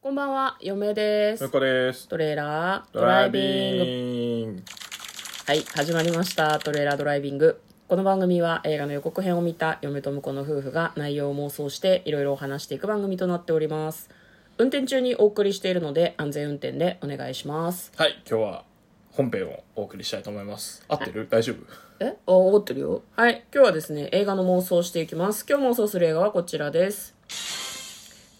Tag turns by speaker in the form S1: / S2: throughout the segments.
S1: こんばんは、嫁です
S2: 向。こうです
S1: トレーラード
S2: ド
S1: ラ
S2: ラ
S1: イ
S2: イ
S1: ビング。
S2: ビング
S1: はい、始まりました。トレーラードライビング。この番組は映画の予告編を見た嫁と婿の夫婦が内容を妄想していろいろお話していく番組となっております。運転中にお送りしているので安全運転でお願いします。
S2: はい今日は本編をお送りしたいと思います合ってる大丈夫
S1: えあ、怒ってるよ。はい、今日はですね、映画の妄想をしていきます。今日妄想する映画はこちらです。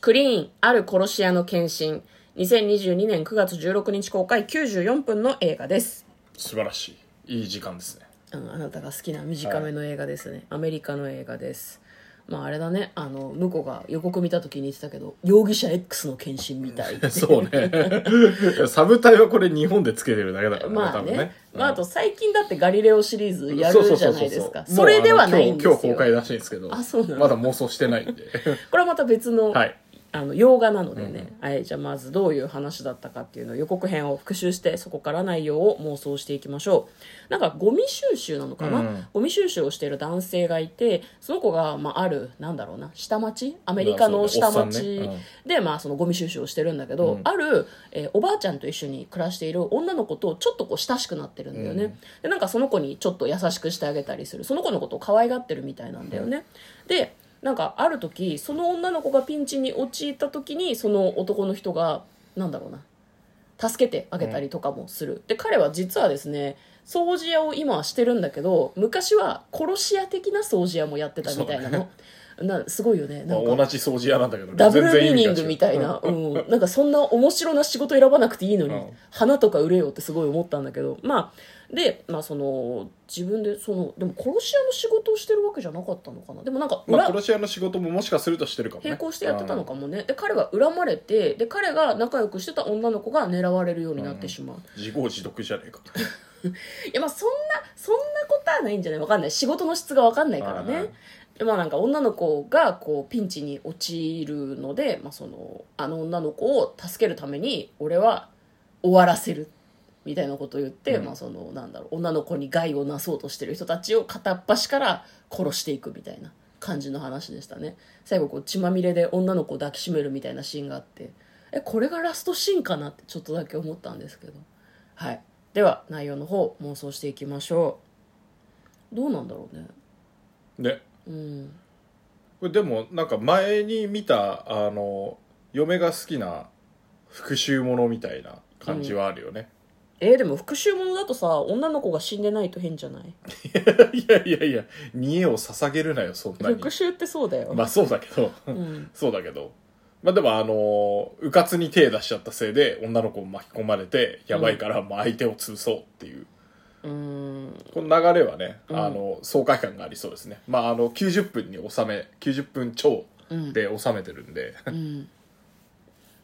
S1: クリーン、ある殺し屋の献身。2022年9月16日公開94分の映画です。
S2: 素晴らしいいい時 間ですね
S1: あのあなたが好きな短めの映画ですね、アメリカの映画ですまああれだねあの向こうが予告見た時に言ってたけど容疑者 X の献身みたい
S2: そう ねいやサブタイはこれ日本でつけてるだけだからね
S1: まあね
S2: 多分ね
S1: まああと最近だってガリレオシリーズやるじゃないですか
S2: そうそうそうそう
S1: それではないんですよ
S2: もうあの今日今日公開らしいんですけど
S1: あそうなの
S2: まだ妄想してないん で
S1: これはまた別の,、
S2: はい
S1: あの洋画なのでね、はい、じゃあまずどういう話だったかっていうのを予告編を復習してそこから内容を妄想していきましょうなんかゴミ収集なのかな、
S2: うん
S1: ゴミ収集をしている男性がいてその子が、まあ、あるなんだろうな下町アメリカの下
S2: まあそう
S1: 町
S2: ねおっさんね
S1: で、まあ、そのゴミ収集をしてるんだけど、ある、えーおばあちゃんと一緒に暮らしている女の子とちょっとこう親しくなってるんだよね、でなんかその子にちょっと優しくしてあげたりするその子のことを可愛がってるみたいなんだよね、でなんかある時その女の子がピンチに陥った時にその男の人がなんだろうな助けてあげたりとかもする、で彼は実はですね掃除屋を今はしてるんだけど昔は殺し屋的な掃除屋もやってたみたいなの、なすごいよね
S2: ま
S1: な
S2: あ
S1: ん
S2: 同
S1: か
S2: じ掃除屋なんだけどね
S1: ダブルミ
S2: 全然
S1: ー
S2: 意
S1: ニン
S2: 味が違う
S1: グみたいな、うん、なんかそんな面白な仕事選ばなくていいのに、
S2: うん
S1: 花とか売れよってすごい思ったんだけどまあで、まあ、その自分でそのでも殺し屋の仕事をしてるわけじゃなかったのかなでもなんか裏、
S2: まあ、殺し屋の仕事ももしかするとしてるかもね
S1: 並行してやってたのかもねで彼は恨まれてで彼が仲良くしてた女の子が狙われるようになってしまう、
S2: うん自業自得じゃね えか
S1: いやまあそんなそんなことはないんじゃないわかんない仕事の質がわかんないから
S2: はいは
S1: ね
S2: い
S1: でまあなんか女の子がこうピンチに陥るので、まあ、そのあの女の子を助けるために俺は終わらせるみたいなことを言って、
S2: うん
S1: まあそのなんだろう女の子に害をなそうとしてる人たちを片っ端から殺していくみたいな感じの話でしたね最後こう血まみれで女の子を抱きしめるみたいなシーンがあってえこれがラストシーンかなってちょっとだけ思ったんですけどはいでは内容の方妄想していきましょうどうなんだろうね
S2: ね
S1: うん
S2: これでもなんか前に見たあの嫁が好きな復讐ものみたいな感じはあるよね、
S1: えーでも復讐ものだとさ女の子が死んでないと変じゃない
S2: いやいやいや煮えを捧げるなよそんなに
S1: 復讐ってそうだよ、
S2: まあそうだけど、
S1: ん
S2: そうだけどまあでもあのうかつに手出しちゃったせいで女の子を巻き込まれてやばいからまあ相手を潰そうっていう、
S1: うーん
S2: この流れはね、
S1: うん
S2: あの爽快感がありそうですねまああの90分に収め90分超
S1: うん
S2: で収めてるんで、
S1: うん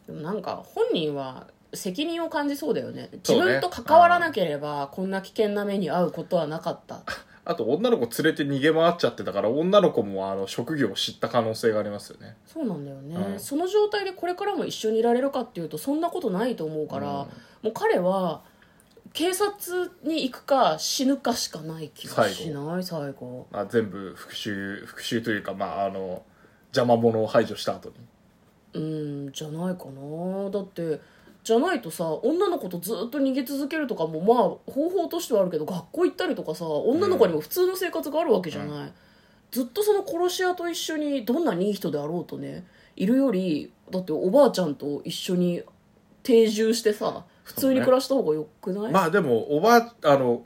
S1: でもなんか本人は責任を感じそうだよね
S2: そ
S1: 自
S2: うね
S1: 分と関わらなければこんな危険な目に遭うことはなかった
S2: あと女の子連れて逃げ回っちゃってたから女の子もあの職業を知った可能性がありますよね
S1: そうなんだよね、
S2: うん
S1: その状態でこれからも一緒にいられるかっていうとそんなことないと思うから、
S2: うん
S1: もう彼は警察に行くか死ぬかしかない気がしない最後
S2: あ全部復讐復讐というかまああの邪魔者を排除した後に
S1: うんじゃないかなだってじゃないとさ女の子とずっと逃げ続けるとかもまあ方法としてはあるけど学校行ったりとかさ女の子にも普通の生活があるわけじゃない、ずっとその殺し屋と一緒にどんなにいい人であろうとねいるよりだっておばあちゃんと一緒に定住してさ普通に暮らした方がよくない、
S2: まあでもおばああの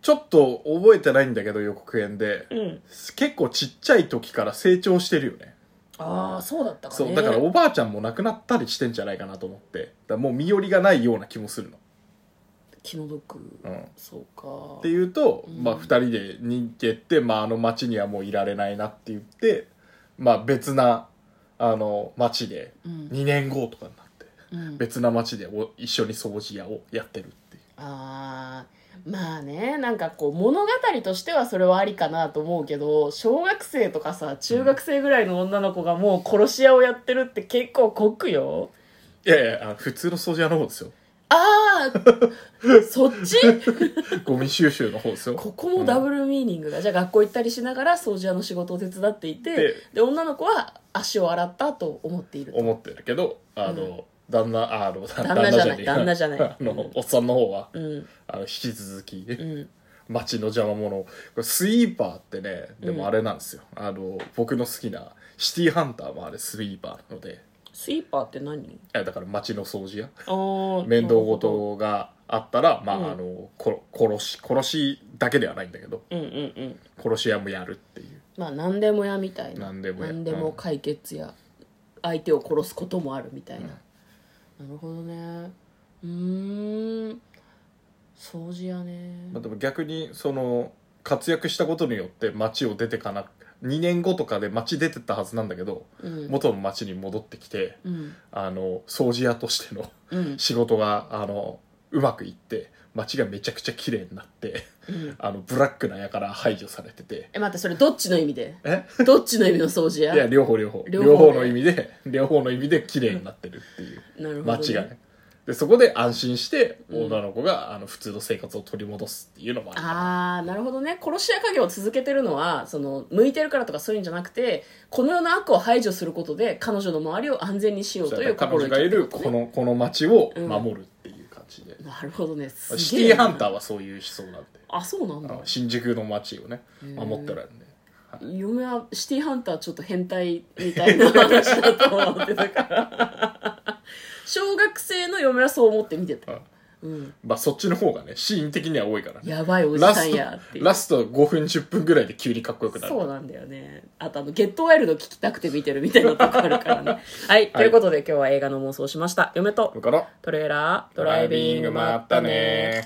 S2: ちょっと覚えてないんだけど予告編で
S1: うん、
S2: 結構ちっちゃい時から成長してるよね
S1: ああそうだったかね
S2: そうだからおばあちゃんも亡くなったりしてんじゃないかなと思ってだからもう身寄りがないような気もするの、
S1: 気の毒、
S2: うん、
S1: そうか
S2: っていうと、
S1: うん
S2: まあ、2人で逃げて、まあ、あの町にはもういられないなって言って、まあ、別なあの町で
S1: うん
S2: 2年後とかになって
S1: うん
S2: 別な町でお一緒に掃除屋をやってるっていう
S1: あーまあねなんかこう物語としてはそれはありかなと思うけど小学生とかさ中学生ぐらいの女の子がもう殺し屋をやってるって結構酷よ
S2: いやいやあの普通の掃除屋の方ですよ
S1: ああそっ ち
S2: ゴミ収集の方ですよ
S1: ここもダブルミーニングがじゃあ学校行ったりしながら掃除屋の仕事を手伝っていて
S2: で
S1: で女の子は足を洗ったと思っていると
S2: 思ってるけどあの、旦那ああの旦
S1: 旦那じゃない
S2: 旦那じゃ
S1: 旦那じゃない
S2: あのおっさんの方は、
S1: うん
S2: あの引き続き、
S1: うん
S2: 街の邪魔者これスイーパーってねでもあれなんですよ、あの僕の好きなシティハンターもあれスイーパーなのでい
S1: スイーパーって何
S2: やだから街の掃除や
S1: ああ
S2: 面倒事があったら、まああのこ殺し殺しだけではないんだけど
S1: うんうんうん
S2: 殺し屋もやるっていう
S1: まあ何でもやみたいな
S2: 何でもや
S1: 解決や、相手を殺すこともあるみたいな、なるほどねうーん掃除やね、
S2: まあ、でも逆にその活躍したことによって町を出てかな2年後とかで町出てったはずなんだけど、
S1: うん
S2: 元の町に戻ってきて
S1: うん
S2: あの掃除屋としての
S1: うん
S2: 仕事があのうまくいって町がめちゃくちゃ綺麗になって
S1: うん
S2: あのブラックなやから排除されてて
S1: え待ってそれどっちの意味で
S2: え
S1: どっちの意味の掃除や
S2: いや両方両方
S1: 両
S2: 両
S1: 方
S2: 方
S1: で
S2: の意味で 両方の意味で綺麗になってるっていう
S1: なるほどね
S2: 町がねでそこで安心して女の子があの普通の生活を取り戻すっていうのもある
S1: ああなるほどね殺し屋家業を続けてるのはその向いてるからとかそういうんじゃなくてこの世の悪を排除することで彼女の周りを安全にしようという
S2: 彼女がい
S1: 意気
S2: る
S1: ってことね
S2: このこの町を守るっていう感じで、
S1: なるほどねすげえな
S2: シティハンターはそういう思想なんで
S1: あそうなん
S2: あ
S1: だ
S2: の新宿の町をね守ってるんで、
S1: 嫁はシティーハンターちょっと変態みたいな 話だと思ってたから小学生の嫁はそう思って見てた、
S2: はい
S1: うん、
S2: まあそっちの方がねシーン的には多いからね
S1: やばいおじ
S2: ラ
S1: さん
S2: ス
S1: やってい
S2: ト
S1: う
S2: ラスト5分10分ぐらいで急にかっこよくなる
S1: そうなんだよねあとあの「ゲットワイルド」聞きたくて見てるみたいなとこあるからね はいということで今日は映画の妄想をしました嫁と
S2: だから
S1: トレーラード
S2: ド
S1: ラ
S2: ラ
S1: イ
S2: イ
S1: ビン
S2: ビン
S1: グ
S2: グ
S1: ま
S2: ま
S1: っ
S2: ったた
S1: ね
S2: ね